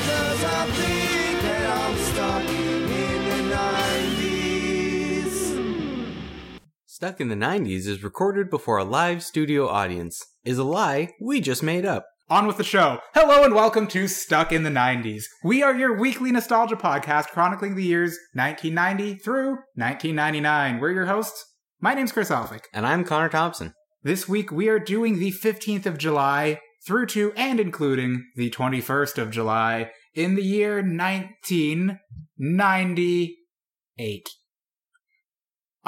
I think that I'm stuck in the 90s. Stuck in the 90s is recorded before a live studio audience, is a lie we just made up. On with the show. Hello and welcome to Stuck in the 90s. We are your weekly nostalgia podcast chronicling the years 1990 through 1999. We're your hosts. My name's Chris Alphick. And I'm Connor Thompson. This week we are doing the 15th of July through to and including the 21st of July in the year 1998.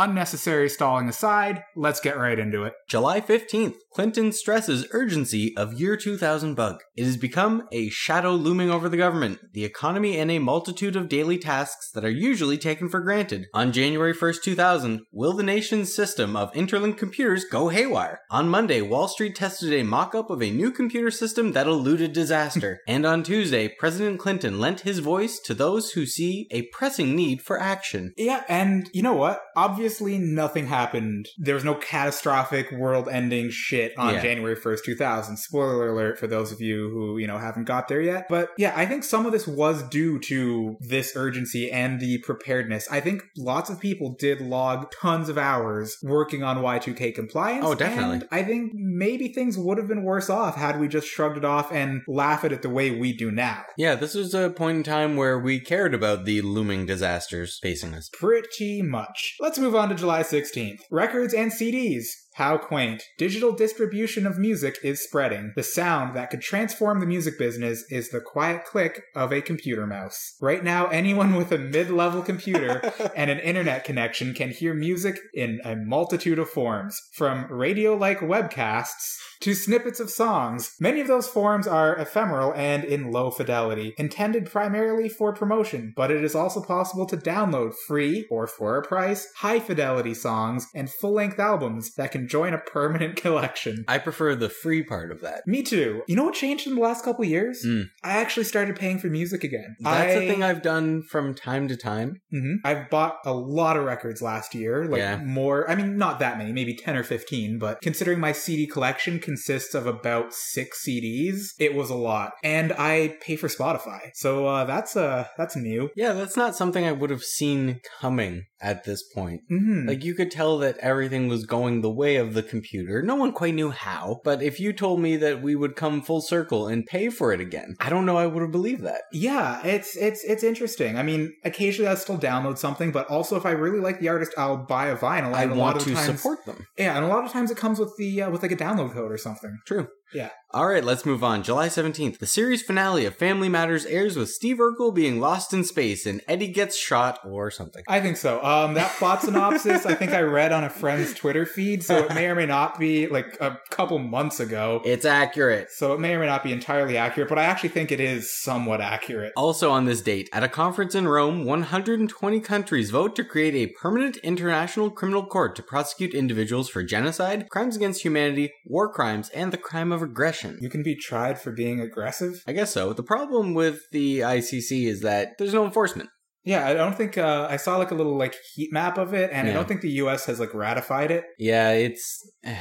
Unnecessary stalling aside, let's get right into it. July 15th, Clinton stresses urgency of year 2000 bug. It has become a shadow looming over the government, the economy, and a multitude of daily tasks that are usually taken for granted. On January 1st, 2000, will the nation's system of interlinked computers go haywire? On Monday, Wall Street tested a mock-up of a new computer system that eluded disaster. and on Tuesday, President Clinton lent his voice to those who see a pressing need for action. Yeah, and you know what? Obviously, nothing happened. There was no catastrophic world-ending shit on Yeah. January first, two thousand. Spoiler alert for those of you who you know haven't got there yet. But yeah, I think some of this was due to this urgency and the preparedness. I think lots of people did log tons of hours working on Y two K compliance. Oh, definitely. and I think maybe things would have been worse off had we just shrugged it off and laughed at it the way we do now. Yeah, this was a point in time where we cared about the looming disasters facing us. Pretty much. Let's move on to July 16th. Records and CDs. How quaint. Digital distribution of music is spreading. The sound that could transform the music business is the quiet click of a computer mouse. Right now, anyone with a mid level computer and an internet connection can hear music in a multitude of forms, from radio like webcasts to snippets of songs. Many of those forms are ephemeral and in low fidelity, intended primarily for promotion, but it is also possible to download free, or for a price, high fidelity songs and full length albums that can join a permanent collection. I prefer the free part of that. Me too. You know what changed in the last couple years? Mm. I actually started paying for music again. That's I, a thing I've done from time to time. hmm I've bought a lot of records last year, like Mm-hmm. Yeah. more. I mean, not that many, maybe 10 or 15, but considering my CD collection consists of about six CDs, it was a lot. And I pay for Spotify. So uh, that's uh, that's new. Yeah, that's not something I would have seen coming at this point. hmm Like, you could tell that everything was going the way of the computer. No one quite knew how, but if you told me that we would come full circle and pay for it again, I don't know I would have believed that. yeah, it's it's it's interesting. I mean, occasionally I'll still download something, but also if I really like the artist, I'll buy a vinyl. I and a lot want of to the times, support them. Yeah, and a lot of times it comes with the uh, with like a download code or something. True. Yeah. All right, let's move on. July 17th, the series finale of Family Matters airs with Steve Urkel being lost in space and Eddie gets shot or something. I think so. Um, that plot synopsis, I think I read on a friend's Twitter feed, so it may or may not be like a couple months ago. It's accurate. So it may or may not be entirely accurate, but I actually think it is somewhat accurate. Also on this date, at a conference in Rome, 120 countries vote to create a permanent international criminal court to prosecute individuals for genocide, crimes against humanity, war crimes, and the crime of aggression. You can be tried for being aggressive. I guess so. The problem with the ICC is that there's no enforcement. Yeah, I don't think uh, I saw like a little like heat map of it, and I Yeah. don't think the U.S. has like ratified it. Yeah, it's eh,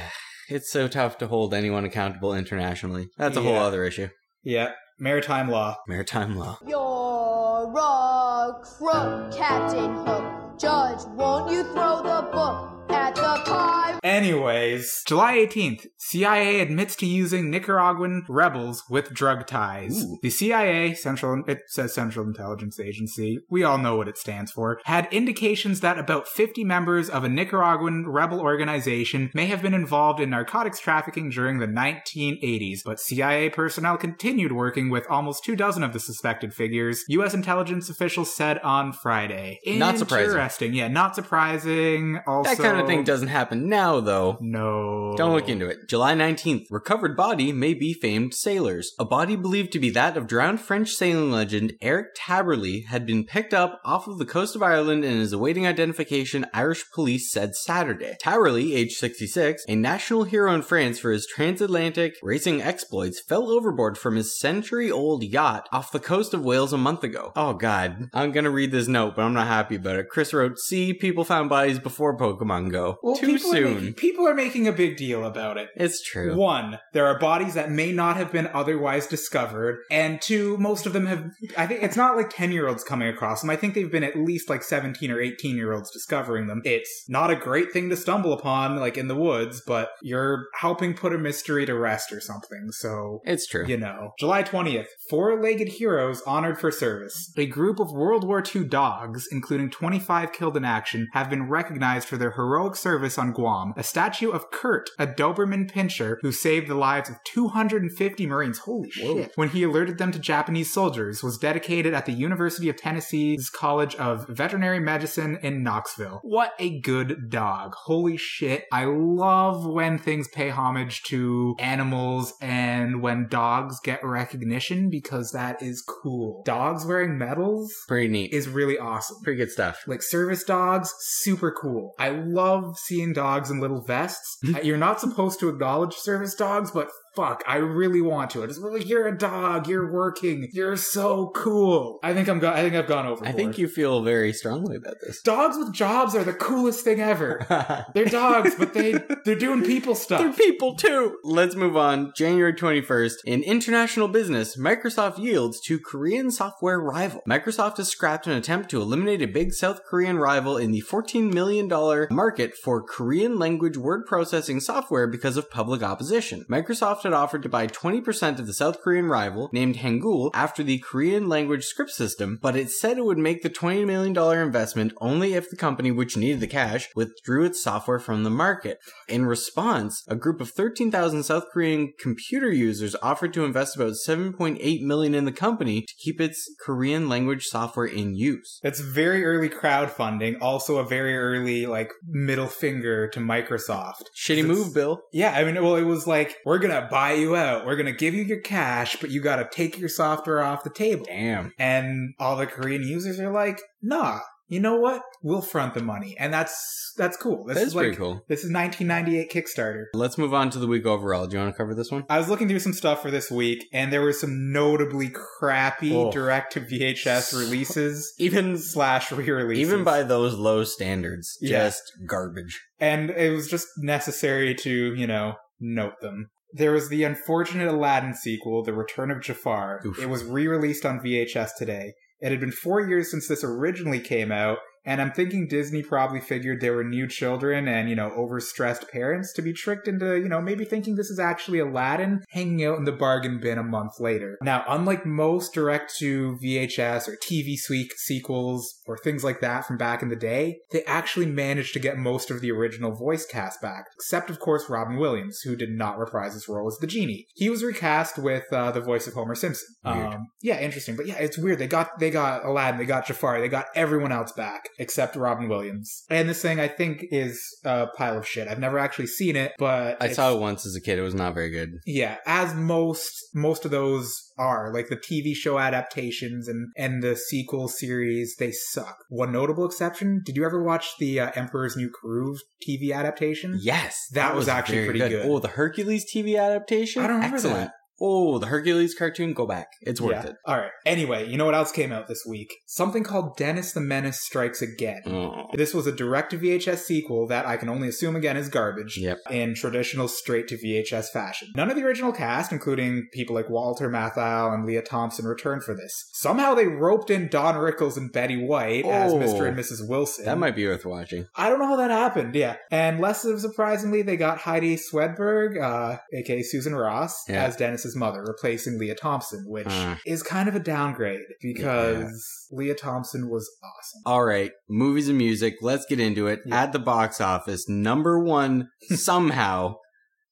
it's so tough to hold anyone accountable internationally. That's a whole Yeah. other issue. Yeah, maritime law. Maritime law. You're a crook, Captain Hook. Judge, won't you throw the book at the pie? Anyways, July 18th, CIA admits to using Nicaraguan rebels with drug ties. Ooh. The CIA, Central it says Central Intelligence Agency, we all know what it stands for, had indications that about 50 members of a Nicaraguan rebel organization may have been involved in narcotics trafficking during the 1980s, but CIA personnel continued working with almost two dozen of the suspected figures, US intelligence officials said on Friday. Not surprising. Interesting. Yeah, not surprising. Also That kind of thing doesn't happen now though. no. Don't look into it. July 19th, recovered body may be famed sailors. A body believed to be that of drowned French sailing legend Eric Taberly had been picked up off of the coast of Ireland and is awaiting identification, Irish police said Saturday. Taberly, age 66, a national hero in France for his transatlantic racing exploits, fell overboard from his century old yacht off the coast of Wales a month ago. Oh god. I'm gonna read this note, but I'm not happy about it. Chris wrote, see, people found bodies before Pokemon and go. Well, Too people are soon. making- people are making a big deal about it. It's true. One, there are bodies that may not have been otherwise discovered. And two, most of them have, I think it's not like 10 year olds coming across them. I think they've been at least like 17 or 18 year olds discovering them. It's not a great thing to stumble upon, like in the woods, but you're helping put a mystery to rest or something. So It's true. you know. July 20th, four legged heroes honored for service. A group of World War II dogs, including 25 killed in action, have been recognized for their heroic service on Guam. A statue of Kurt, a Doberman pincher who saved the lives of 250 Marines, holy shit, when he alerted them to Japanese soldiers, was dedicated at the University of Tennessee's College of Veterinary Medicine in Knoxville. What a good dog. Holy shit. I love when things pay homage to animals and when dogs get recognition because that is cool. Dogs wearing medals Pretty neat. is really awesome. Pretty good stuff. Like service dogs, super cool. I love seeing dogs in little vests. You're not supposed to acknowledge service dogs, but fuck, I really want to. I just like you're a dog, you're working, you're so cool. I think I'm go- I think I've gone overboard. I think you feel very strongly about this. dogs with jobs are the coolest thing ever. They're They're dogs, but they they're doing people stuff. people too. Let's move on. January 21st. In international business, Microsoft yields to Korean software rival. Microsoft has scrapped an attempt to eliminate a big South Korean rival in the $14 million market for Korean language word processing software because of public opposition. Microsoft had offered to buy 20% of the South Korean rival, named Hangul, after the Korean language script system, but it said it would make the $20 million investment only if the company, which needed the cash, withdrew its software from the market. In response, a group of 13,000 South Korean computer users offered to invest about 7.8 million in the company to keep its Korean language software in use. That's very early crowdfunding, also a very early like middle finger to Microsoft. Shitty move, Bill. Yeah, I mean, well, it was like, we're going to buy you out. We're going to give you your cash, but you got to take your software off the table. Damn. And all the Korean users are like, nah, you know what? We'll front the money. And that's, that's cool. This That's is pretty like, cool. this is 1998 Kickstarter. Let's move on to the week overall. Do you want to cover this one? I was looking through some stuff for this week, and there were some notably crappy Oh. direct to VHS releases Even slash re releases. even by those low standards, Yeah. just garbage. and it was just necessary to, you know, note them. There was the unfortunate Aladdin sequel, The Return of Jafar. Oof. It was re released on VHS today. It had been four years since this originally came out, and I'm thinking Disney probably figured there were new children and, you know, overstressed parents to be tricked into, you know, maybe thinking this is actually Aladdin hanging out in the bargain bin a month later. Now, unlike most direct to VHS or TV suite sequels or things like that from back in the day, they actually managed to get most of the original voice cast back, except, of course, Robin Williams, who did not reprise his role as the genie. He was recast with uh, the voice of Homer Simpson. Weird. Um, yeah, interesting. But yeah, it's weird. They got they got Aladdin, they got Jafar, they got everyone else back except Robin Williams. And this thing I think is a pile of shit. I've never actually seen it, but I it's- saw it once as a kid. It was not very good. Yeah, as most most of those are, like the TV show adaptations and and the sequel series, they suck. One notable exception. Did you ever watch the uh, Emperor's New Groove TV adaptation? Yes, That was actually very pretty good. Oh, the Hercules TV adaptation. I don't remember Excellent. that. Oh, the Hercules cartoon. Go back. It's worth Yeah. it. All right. Anyway, you know what else came out this week? Something called Dennis the Menace Strikes Again. Oh, This was a direct to VHS sequel that I can only assume again is garbage Yep. in traditional straight to VHS fashion. None of the original cast, including people like Walter Matthau and Leah Thompson, returned for this. Somehow they roped in Don Rickles and Betty White as Oh. Mr. and Mrs. Wilson. that might be worth watching. I don't know how that happened, yeah. And less surprisingly, they got Heidi Swedberg, uh, aka Susan Ross, Yeah. as Dennis's mother, replacing Leah Thompson, which Uh. is kind of a downgrade because Leah Thompson was awesome. All right, movies and music. Let's get into it. Yeah. At the box office, number one somehow,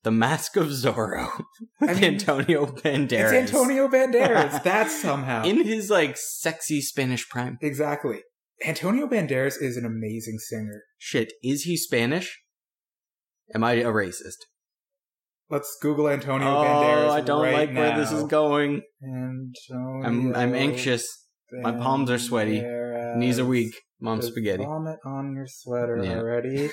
The Mask of Zorro. Oh, I mean- Antonio Banderas. It's Antonio Banderas. That's somehow. in his like sexy Spanish prime. exactly. Antonio Banderas is an amazing singer. Shit, is he Spanish? Am I a racist? Let's Google Antonio oh, Banderas. I don't right like where this now. is going. Antonio I'm I'm anxious. My palms are sweaty. Banderas. Knees are weak. Mom There's spaghetti. Vomit on your sweater Yeah. already.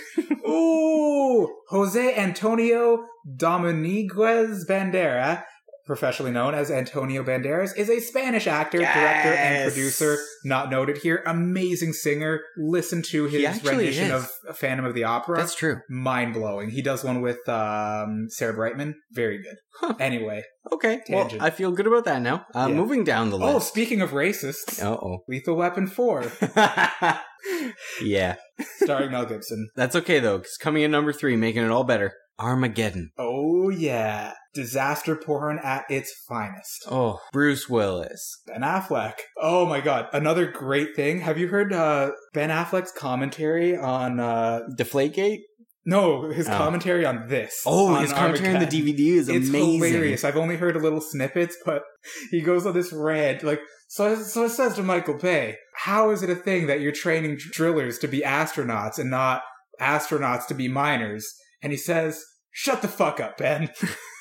Ooh, Jose Antonio Dominguez Bandera professionally known as Antonio Banderas, is a Spanish actor, Yes. director, and producer. Not noted here. Amazing singer. Listen to He his actually rendition is. of Phantom of the Opera. That's true. mind blowing. He does one with um, Sarah Brightman. Very good. Huh. Anyway, Okay. Tangent. Well, I feel good about that now. Uh, Yeah. Moving down the oh, list. speaking of racists, Uh Lethal Weapon Four, oh. yeah. starring Mel Gibson. That's okay, though, because coming in number three, making it all better Armageddon. Oh yeah, disaster porn at its finest. Oh, Bruce Willis. Ben Affleck. Oh my god, another great thing. Have you heard uh, Ben Affleck's commentary on? Uh, Deflategate? no, his Oh. commentary on this. Oh, on his commentary on the Armageddon. DVD is it's amazing. hilarious. I've only heard little snippets, but he goes on this rant. Like, so, so it says to Michael Bay, how is it a thing that you're training drillers to be astronauts and not astronauts to be miners? And he says, shut the fuck up, Ben.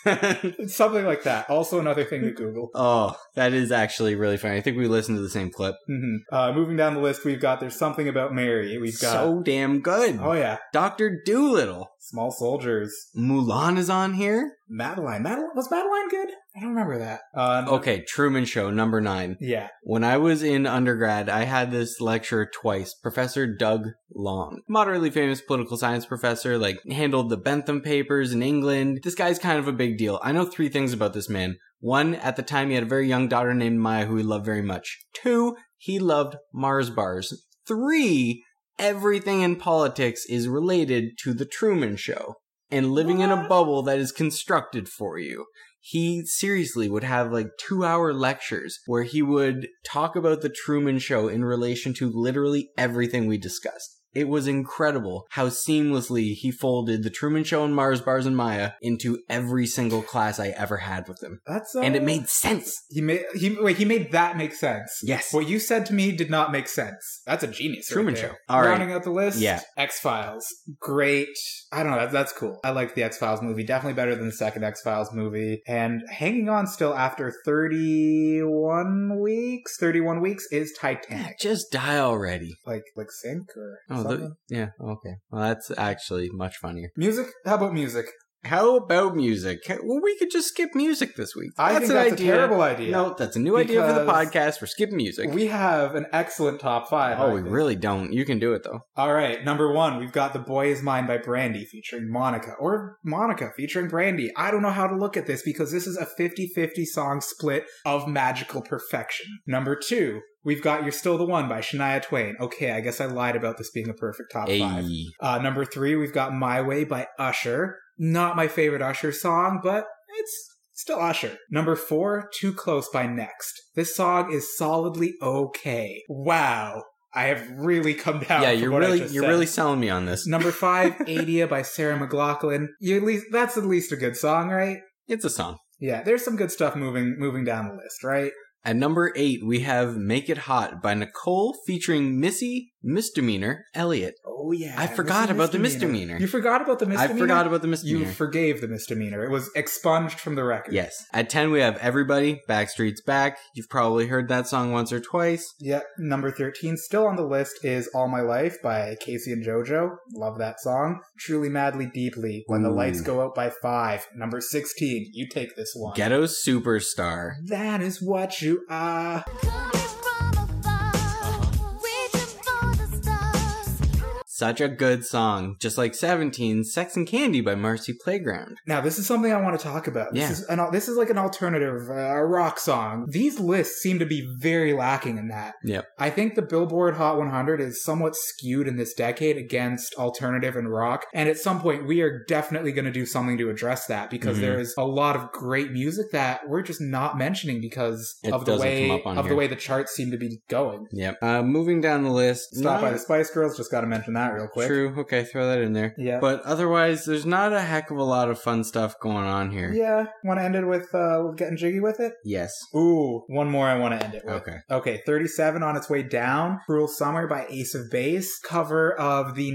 It's something like that. Also, another thing to Google. oh, that is actually really funny. I think we listened to the same clip. hmm Uh, moving down the list, we've got There's Something About Mary. We've got, So damn good. oh yeah, Dr. Doolittle. Small Soldiers. Mulan is on here. Madeline. Madeline. Was Madeline good? I don't remember that. Um, Okay, Truman Show, number nine. Yeah. When I was in undergrad, I had this lecturer twice, Professor Doug Long. Moderately famous political science professor, like handled the Bentham papers in England. This guy's kind of a big deal. I know three things about this man. One, at the time he had a very young daughter named Maya who he loved very much. Two, he loved Mars bars. Three, everything in politics is related to the Truman Show and living in a What? bubble that is constructed for you he seriously would have like two hour lectures where he would talk about the Truman Show in relation to literally everything we discussed. It was incredible how seamlessly he folded the Truman Show and Mars Bars and Maya into every single class I ever had with him. That's, uh, And it made sense. He made he wait. He made that make sense. Yes. What you said to me did not make sense. That's a genius. right Truman there. Show. All right. Rounding out the list. Yeah. X Files. Great. I don't know. That, that's cool. I like the X Files movie. Definitely better than the second X Files movie. And hanging on still after thirty-one weeks. Thirty-one weeks is Titanic. Just die already. Like like sink or Oh, something. the, yeah. Okay. Well, that's actually much funnier. Music? How about music? How about music? Well, we could just skip music this week. I think that's a terrible idea. No, that's a new idea for the Because- podcast. We're skipping music. We have an excellent top five. oh, I we think. really don't. You can do it though. All right, number one, we've got "The Boy Is Mine" by Brandy featuring Monica, or Monica featuring Brandy. I don't know how to look at this because this is a 50-50 song split of magical perfection. Number two, we've got "You're Still the One" by Shania Twain. Okay, I guess I lied about this being a perfect top five. Ayy. Uh, number three, we've got "My Way" by Usher. Not my favorite Usher song, but it's still Usher. Number four, "Too Close" by Next. This song is solidly okay. Wow. I have really come down. yeah, from you're what I really just you're said. really selling me on this. Number five, Adia by Sarah McLaughlin. You at least that's at least a good song, right? It's a song. Yeah, there's some good stuff moving moving down the list, right? At number eight, we have "Make It Hot" by Nicole featuring Missy Misdemeanor Elliott. Oh yeah. I forgot Mr. about the misdemeanor. You forgot about the I misdemeanor. forgot about the You misdemeanor. forgave the misdemeanor. It was expunged from the record. yes. At ten, we have "Everybody" Backstreet's Back. You've probably heard that song once or twice. Yeah, number 13 still on the list is All My Life by Casey and JoJo. Love that song. Truly Madly Deeply When the Ooh. Lights Go Out by 5. Number 16, you take this one. Ghetto Superstar. that is what you are. Coming from above, reaching for the stars. Such a good song. Just like 17, Sex and Candy by Marcy Playground. Now, this is something I want to talk about. This Yeah. is an, this is like an alternative uh, rock song. These lists seem to be very lacking in that. Yep. I think the Billboard Hot 100 is somewhat skewed in this decade against alternative and rock, and at some point we are definitely going to do something to address that because Mhm. there is a lot of great music that we're just not mentioning because It of the doesn't way come up on of the here. way the charts seem to be going. Yep. Uh, moving down the list. Stop by Not- the Spice Girls. Just got to mention that real quick. True. Okay, throw that in there. Yeah. But otherwise, there's not a heck of a lot of fun stuff going on here. yeah. Want to end it with uh, getting jiggy with it? Yes. Ooh, one more I want to end it with. Okay. Okay, 37 on its way down. Cruel Summer by Ace of Base, cover of the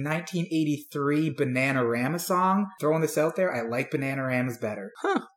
1983 Bananarama song. Throwing this out there, I like Bananaramas better.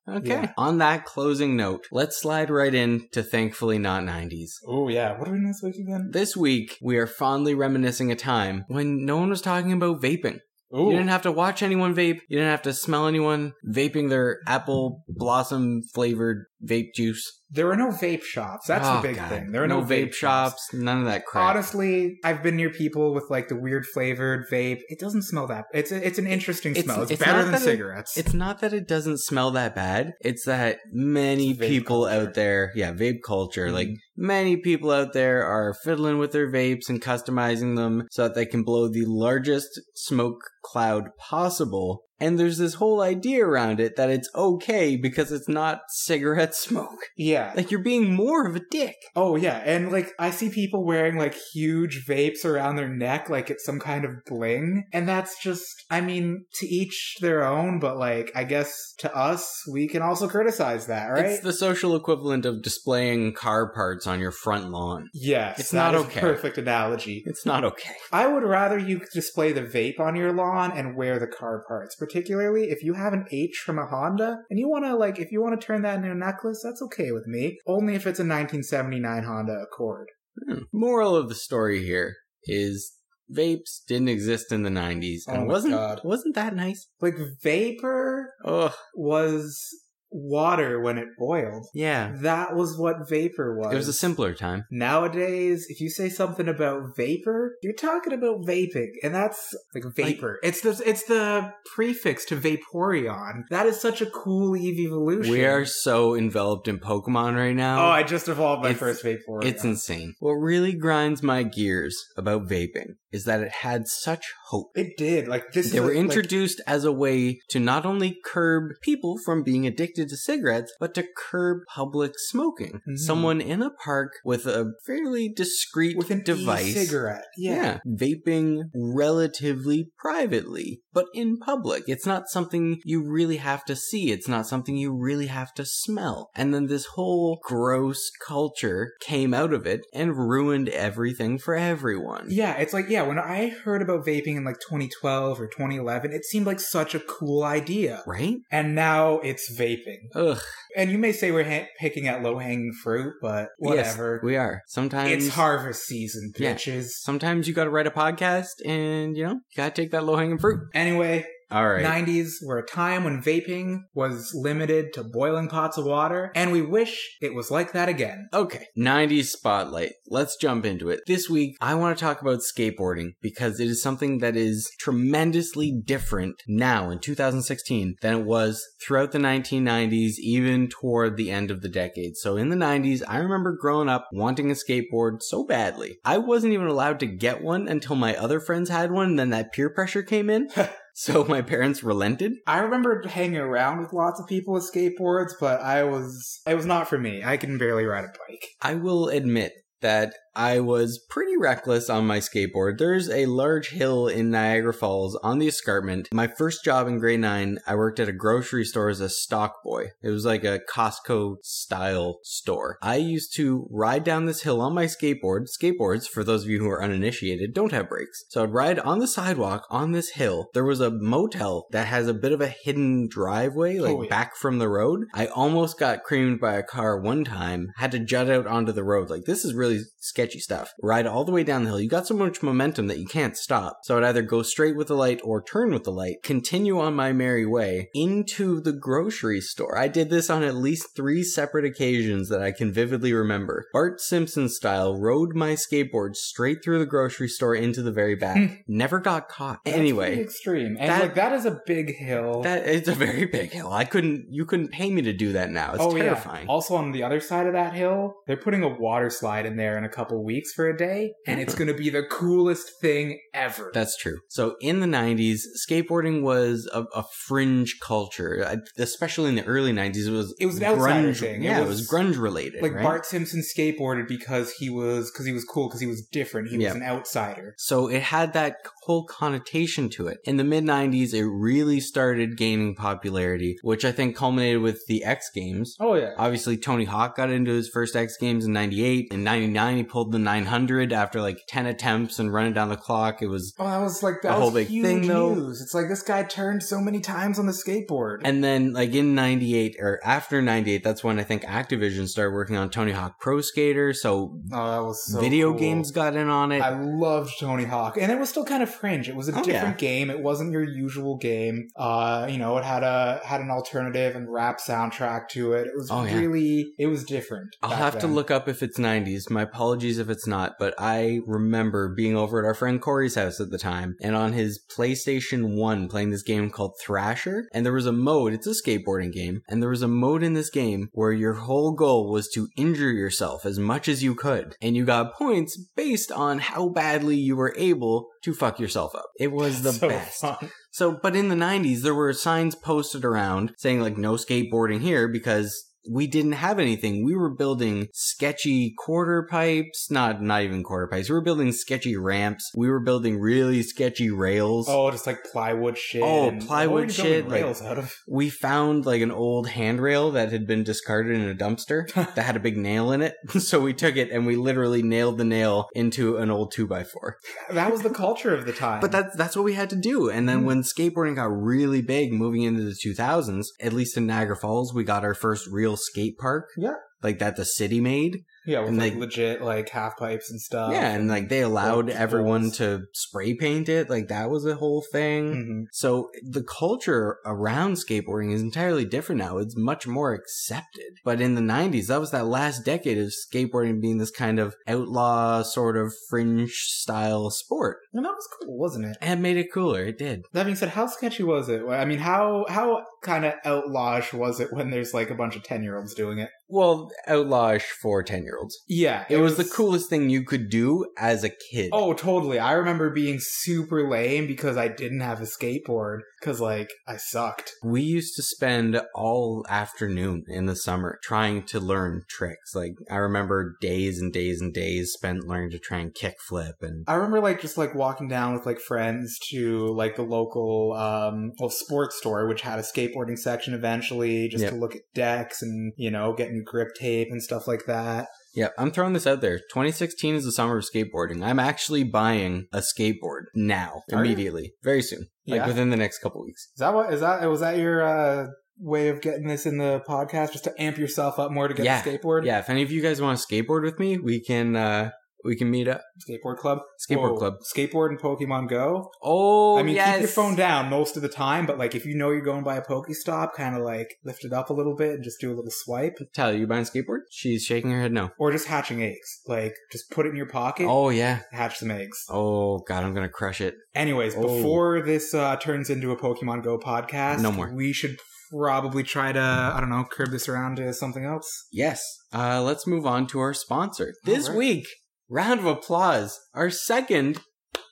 Okay. Yeah. On that closing note, let's slide right in to Thankfully Not 90s. Oh, yeah. What are we doing this week again? This week, we are fondly reminiscing a time when no one was talking about vaping. Ooh. You didn't have to watch anyone vape. You didn't have to smell anyone vaping their apple blossom flavored vape juice. there were no vape shops. That's Oh, the big God. thing. There were no, vape, shops, none of that crap. Honestly, I've been near people with like the weird flavored vape. It doesn't smell that. It's it's an interesting It's- smell. It's, it's better not than that it- cigarettes. It's not that it doesn't smell that bad. It's that many It's vape people culture. out there, yeah, vape culture, Mhm. like many people out there are fiddling with their vapes and customizing them so that they can blow the largest smoke cloud possible. And there's this whole idea around it that it's okay because it's not cigarette smoke. yeah. Like you're being more of a dick. Oh yeah, and like I see people wearing like huge vapes around their neck, like it's some kind of bling, and that's just, I mean, to each their own. But like, I guess to us, we can also criticize that, right? It's the social equivalent of displaying car parts on your front lawn. yes, it's that not is a okay. Perfect analogy. It's not okay. I would rather you display the vape on your lawn and wear the car parts, particularly if you have an H from a Honda and you want to like, if you want to turn that into a necklace, that's okay with me. Only if it's a 1979 Honda Accord. Hmm. Moral of the story here is vapes didn't exist in the 90s and Oh my wasn't God. wasn't that nice? Like vapor Oh, was water when it boiled. yeah. That was what vapor was. It was a simpler time. Nowadays, if you say something about vapor, you're talking about vaping, and that's like vapor. it's the it's the prefix to Vaporeon. That is such a cool Eevee evolution. We are so enveloped in Pokemon right Oh, now. I just evolved my It's- first Vaporeon. it's insane. What really grinds my gears about vaping is that it had such hope. it did like this. They is were a- like- introduced as a way to not only curb people from being addicted to cigarettes, but to curb public smoking. Mhm. Someone in a park with a fairly discreet with an device cigarette. Yeah. Yeah. Vaping relatively privately, but in public. It's not something you really have to see. It's not something you really have to smell. And then this whole gross culture came out of it and ruined everything for everyone. Yeah, it's like yeah. When I heard about vaping in like 2012 or 2011, it seemed like such a cool idea, Right? and now it's vaping. Ugh. And you may say we're ha- picking at low hanging fruit, but whatever. Yes, we are. Sometimes it's harvest season, Yeah. bitches. Sometimes you gotta write a podcast and, you know, you gotta take that low hanging fruit. Anyway, All right. 90s were a time when vaping was limited to boiling pots of water, and we wish it was like that again. Okay, 90s spotlight. Let's jump into it. This week, I want to talk about skateboarding because it is something that is tremendously different now in 2016 than it was throughout the 1990s, even toward the end of the decade. So in the 90s, I remember growing up wanting a skateboard so badly. I wasn't even allowed to get one until my other friends had one, and then that peer pressure came in. so my parents relented. I remember hanging around with lots of people with skateboards, but I was it was not for me. I can barely ride a bike. I will admit that I was pretty reckless on my skateboard. There's a large hill in Niagara Falls on the escarpment. My first job in grade nine, I worked at a grocery store as a stock boy. It was like a Costco style store. I used to ride down this hill on my skateboard. Skateboards, for those of you who are uninitiated, don't have brakes. So I'd ride on the sidewalk on this hill. There was a motel that has a bit of a hidden driveway, like Oh, yeah. back from the road. I almost got creamed by a car one time, had to jut out onto the road. Like, this is really sketchy stuff. Ride all the way down the hill. You got so much momentum that you can't stop. So I'd either go straight with the light or turn with the light, continue on my merry way into the grocery store. I did this on at least three separate occasions that I can vividly remember. Bart Simpson style, rode my skateboard straight through the grocery store into the very back. Never got caught. Hmm. That's pretty Anyway. extreme, and that- like that is a big hill. That it's a very big hill. I couldn't you couldn't pay me to do that now. It's oh terrifying. yeah. Also on the other side of that hill, they're putting a water slide in there in a couple weeks for a day, and it's going to be the coolest thing ever. That's true. So in the 90s, skateboarding was a, a fringe culture, I- especially in the early 90s. It was It was an outsider grunge. thing. It Yeah, it was, was- grunge related. like right? Bart Simpson skateboarded because he was because he was cool because he was different. He Yeah. was an outsider. So it had that whole connotation to it. In the mid 90s, it really started gaining popularity, which I think culminated with the X Games. Oh yeah. Obviously, Tony Hawk got into his first X Games in 98. In 99, he pulled the 900 after like 10 attempts and running down the clock. It was Oh, that was like that The whole was big huge thing, though. news. It's like this guy turned so many times on the skateboard. And then, like in '98 or after '98, that's when I think Activision started working on Tony Hawk Pro Skater. So, oh, that was so video cool. games got in on it. I loved Tony Hawk, and it was still kind of fringe. It was a Oh, yeah. different game. It wasn't your usual game. Uh, you know, it had a had an alternative and rap soundtrack to it. It was Oh, yeah. really, it was different. I'll back have to then. look up if it's 90s. My apologies if it's not, but I remember being over at our friend Corey's house at the time and on his PlayStation 1 playing this game called Thrasher. And there was a mode, it's a skateboarding game, and there was a mode in this game where your whole goal was to injure yourself as much as you could. And you got points based on how badly you were able to fuck yourself up. It was the So best. fun. So, but in the 90s, there were signs posted around saying, like, no skateboarding here because we didn't have anything. We were building sketchy quarter pipes, not, not even quarter pipes. We were building sketchy ramps. We were building really sketchy rails. Oh, just like plywood shit. Oh, and- plywood what were you building shit, like- Rails out of. We found like an old handrail that had been discarded in a dumpster that had a big nail in it. So we took it and we literally nailed the nail into an old two by four. That was the culture of the time. But that's that's what we had to do. And then when skateboarding got really big, moving into the 2000s, at least in Niagara Falls, we got our first real skate park. Yeah. like that the city made. yeah, with and like they- legit like half pipes and stuff. yeah, and like they allowed like everyone schools. to spray paint it. Like that was a whole thing. Mhm. So the culture around skateboarding is entirely different now. It's much more accepted. But in the 90s, that was that last decade of skateboarding being this kind of outlaw sort of fringe style sport. and that was cool, wasn't it? And it made it cooler. It did. That being said, how sketchy was it? I mean, how how kind of outlawish was it when there's like a bunch of ten year olds doing it? Well, outlawish for 10 year olds. Yeah, It was the coolest thing you could do as a kid. Oh, totally. I remember being super lame because I didn't have a skateboard because like I sucked. We used to spend all afternoon in the summer trying to learn tricks. Like, I remember days and days and days spent learning to try and kickflip and. I remember like just like walking down with like friends to like the local um well sports store which had a skateboarding section eventually just Yep. to look at decks and you know get new grip tape and stuff like that. Yeah, I'm throwing this out there. 2016 is the summer of skateboarding. I'm actually buying a skateboard now, Are you? immediately, very soon, Yeah. like within the next couple weeks. Is that what is that was that your uh way of getting this in the podcast just to amp yourself up more to get Yeah. the skateboard? Yeah, if any of you guys want to skateboard with me, we can uh we can meet up. Skateboard club. Skateboard Whoa. club. Skateboard and Pokemon Go. Oh, I mean, yes. keep your phone down most of the time, but like if you know you're going by a Pokestop, kind of like lift it up a little bit and just do a little swipe, Tyler, you buying a skateboard? She's shaking her head no. or just hatching eggs. Like just put it in your pocket, Oh yeah. hatch some eggs. Oh god, I'm gonna crush it. Anyways, Oh. before this uh, turns into a Pokemon Go podcast, No more. We should probably try to I don't know curb this around to something else. Yes. Uh, let's move on to our sponsor All this right. week. Round of applause. Our second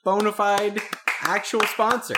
bona fide actual sponsor.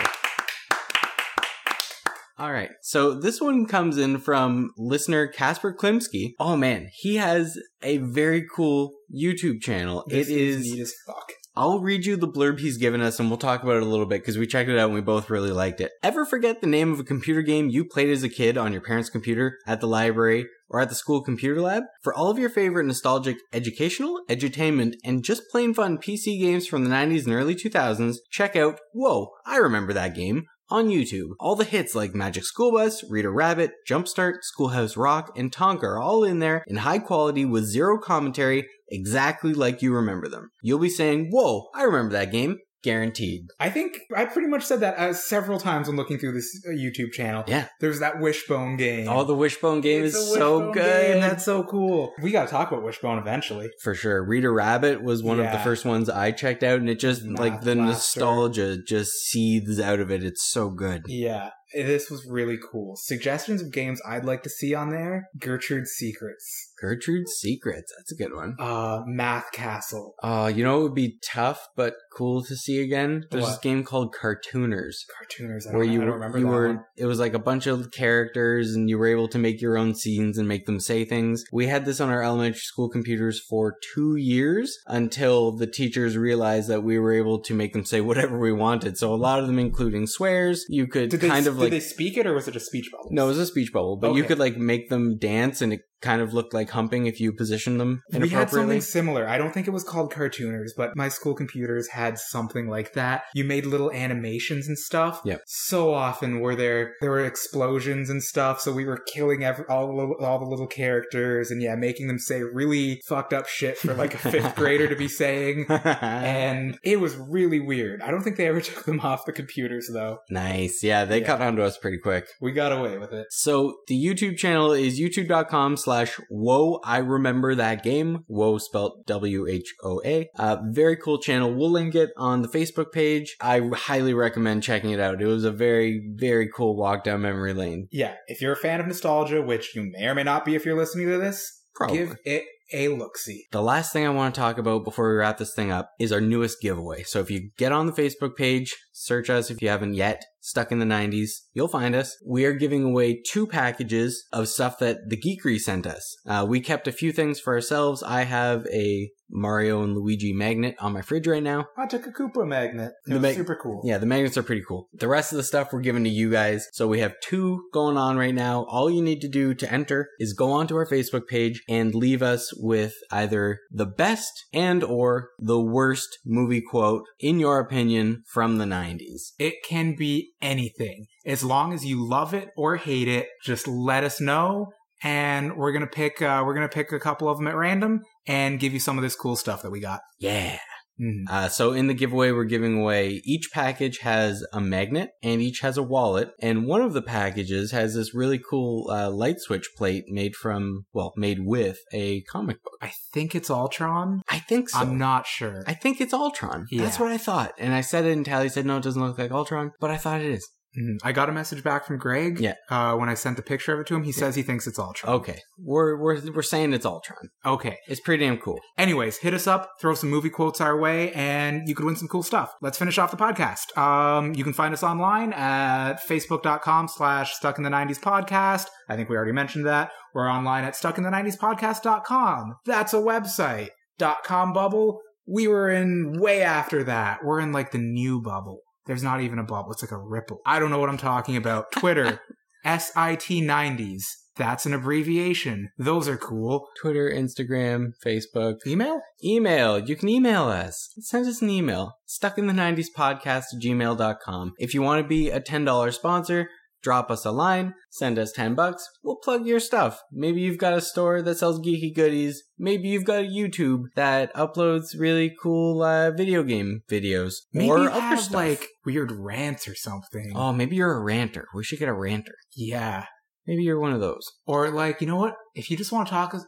All right. So this one comes in from listener Casper Klimsky. Oh man, he has a very cool YouTube channel. This it is neat as fuck. I'll read you the blurb he's given us and we'll talk about it a little bit because we checked it out and we both really liked it. Ever forget the name of a computer game you played as a kid on your parents' computer, at the library, or at the school computer lab? For all of your favorite nostalgic educational, edutainment, and just plain fun PC games from the 90s and early 2000s, check out Whoa, I Remember That Game on YouTube. All the hits like Magic School Bus, Rita Rabbit, Jumpstart, Schoolhouse Rock, and Tonka are all in there in high quality with zero commentary, exactly like you remember them. You'll be saying, Whoa, I remember that game, guaranteed. I think I pretty much said that uh, several times when looking through this uh, YouTube channel. Yeah. there's that Wishbone game. Oh, the Wishbone game It's is a so Wishbone good. game. That's so cool. We got to talk about Wishbone eventually. for sure. Rita Rabbit was one of the Yeah. first ones I checked out, and it just, Math like, the blaster. nostalgia just seethes out of it. It's so good. Yeah, this was really cool. Suggestions of games I'd like to see on there: Gertrude's Secrets, Gertrude's Secrets. That's a good one. uh, Math Castle, Oh, you know it would be tough but cool to see again. There's this What? game called Cartooners. Cartooners. I don't, where you I don't were, remember you that were one. it was like a bunch of characters and you were able to make your own scenes and make them say things we had this on our elementary school computers for two years until the teachers realized that we were able to make them say whatever we wanted so a lot of them including swears you could Did they, kind of did like they speak it or was it a speech bubble? no it was a speech bubble but you Okay. could like make them dance and it kind of looked like humping if you position them We had inappropriately. something similar. I don't think it was called cartooners, but my school computers had something like that. You made little animations and stuff. Yep. So often were there there were explosions and stuff, so we were killing ev all the little, all the little characters and yeah, making them say really fucked up shit for like a fifth grader to be saying. And it was really weird. I don't think they ever took them off the computers though. nice. Yeah, they Yeah. caught on to us pretty quick. We got away with it. So the YouTube channel is youtube.com slash whoa I remember that game. Whoa spelt W-H-O-A. Uh, very cool channel. We'll link it on the Facebook page. I highly recommend checking it out. It was a very, very cool walk down memory lane. Yeah, if you're a fan of nostalgia, which you may or may not be if you're listening to this, Probably. give it a look see. The last thing I want to talk about before we wrap this thing up is our newest giveaway. So if you get on the Facebook page, search us if you haven't yet, stuck in the 90s, you'll find us. We are giving away two packages of stuff that the Geekery sent us. Uh, we kept a few things for ourselves. I have a Mario and Luigi magnet on my fridge right now. I took a Koopa magnet. It The was mag- super cool. Yeah, the magnets are pretty cool. The rest of the stuff we're giving to you guys. So we have two going on right now. All you need to do to enter is go onto our Facebook page and leave us with either the best and or the worst movie quote in your opinion from the 90s. It can be anything. As long as you love it or hate it, just let us know and we're going to pick uh, we're going to pick a couple of them at random and give you some of this cool stuff that we got. Yeah. Mhm. Uh, so in the giveaway, we're giving away each package has a magnet and each has a wallet. And one of the packages has this really cool uh, light switch plate made from, well, made with a comic book. I think it's Ultron. I think so. I'm not sure. I think it's Ultron. That's Yeah. what I thought. And I said it, and Tally said, no, it doesn't look like Ultron, but I thought it is. Mhm. I got a message back from Greg Yeah. uh, when I sent the picture of it to him. He says he thinks it's Ultron. Okay. We're, we're, we're saying it's Ultron. Okay. It's pretty damn cool. Anyways, hit us up, throw some movie quotes our way, and you could win some cool stuff. Let's finish off the podcast. Um, you can find us online at facebook.com slash stuck in the 90s podcast. I think we already mentioned that. We're online at stuck in the 90s podcast.com. That's a website. Dot com bubble. We were in way after that. We're in like the new bubble. There's not even a bubble. It's like a ripple. I don't know what I'm talking about. Twitter, SIT90s. That's an abbreviation. Those are cool. Twitter, Instagram, Facebook, Email? email. You can email us. Send us an email. Stuck in the 90s podcast at gmail.com. If you want to be a $10 sponsor, drop us a line, send us 10 bucks. We'll plug your stuff. Maybe you've got a store that sells geeky goodies. Maybe you've got a YouTube that uploads really cool uh, video game videos Maybe or you other have stuff. like weird rants or something. Oh, maybe you're a ranter. We should get a ranter. Yeah. Maybe you're one of those. Or like, you know what? If you just want to talk, uh,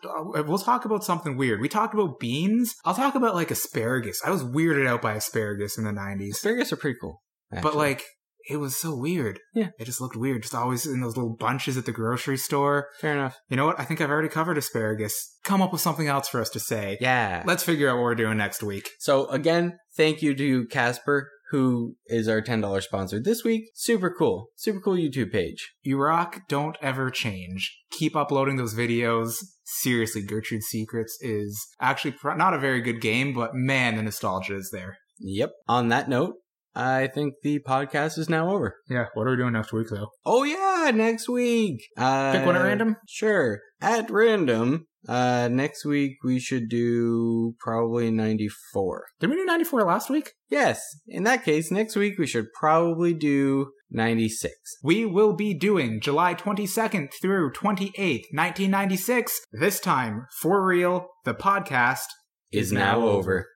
we'll talk about something weird. We talked about beans. I'll talk about like asparagus. I was weirded out by asparagus in the '90s, Asparagus are pretty cool. but actually. like it was so weird. Yeah. it just looked weird. Just always in those little bunches at the grocery store. fair enough. You know what? I think I've already covered asparagus. Come up with something else for us to say. Yeah. Let's figure out what we're doing next week. So again, thank you to Casper, who is our ten dollars sponsor this week. Super cool, super cool YouTube page. You rock. Don't ever change. Keep uploading those videos. Seriously, Gertrude's Secrets is actually pr- not a very good game, but man, the nostalgia is there. Yep. On that note, I think the podcast is now over. Yeah. What are we doing next week, though? Oh yeah, next week. Uh, Pick one at random? Sure, at random. Uh, next week we should do probably ninety four. Did we do 94 last week? Yes. In that case, next week we should probably do ninety six. We will be doing July 22nd through 28th, 1996. This time, for real, the podcast Is now over.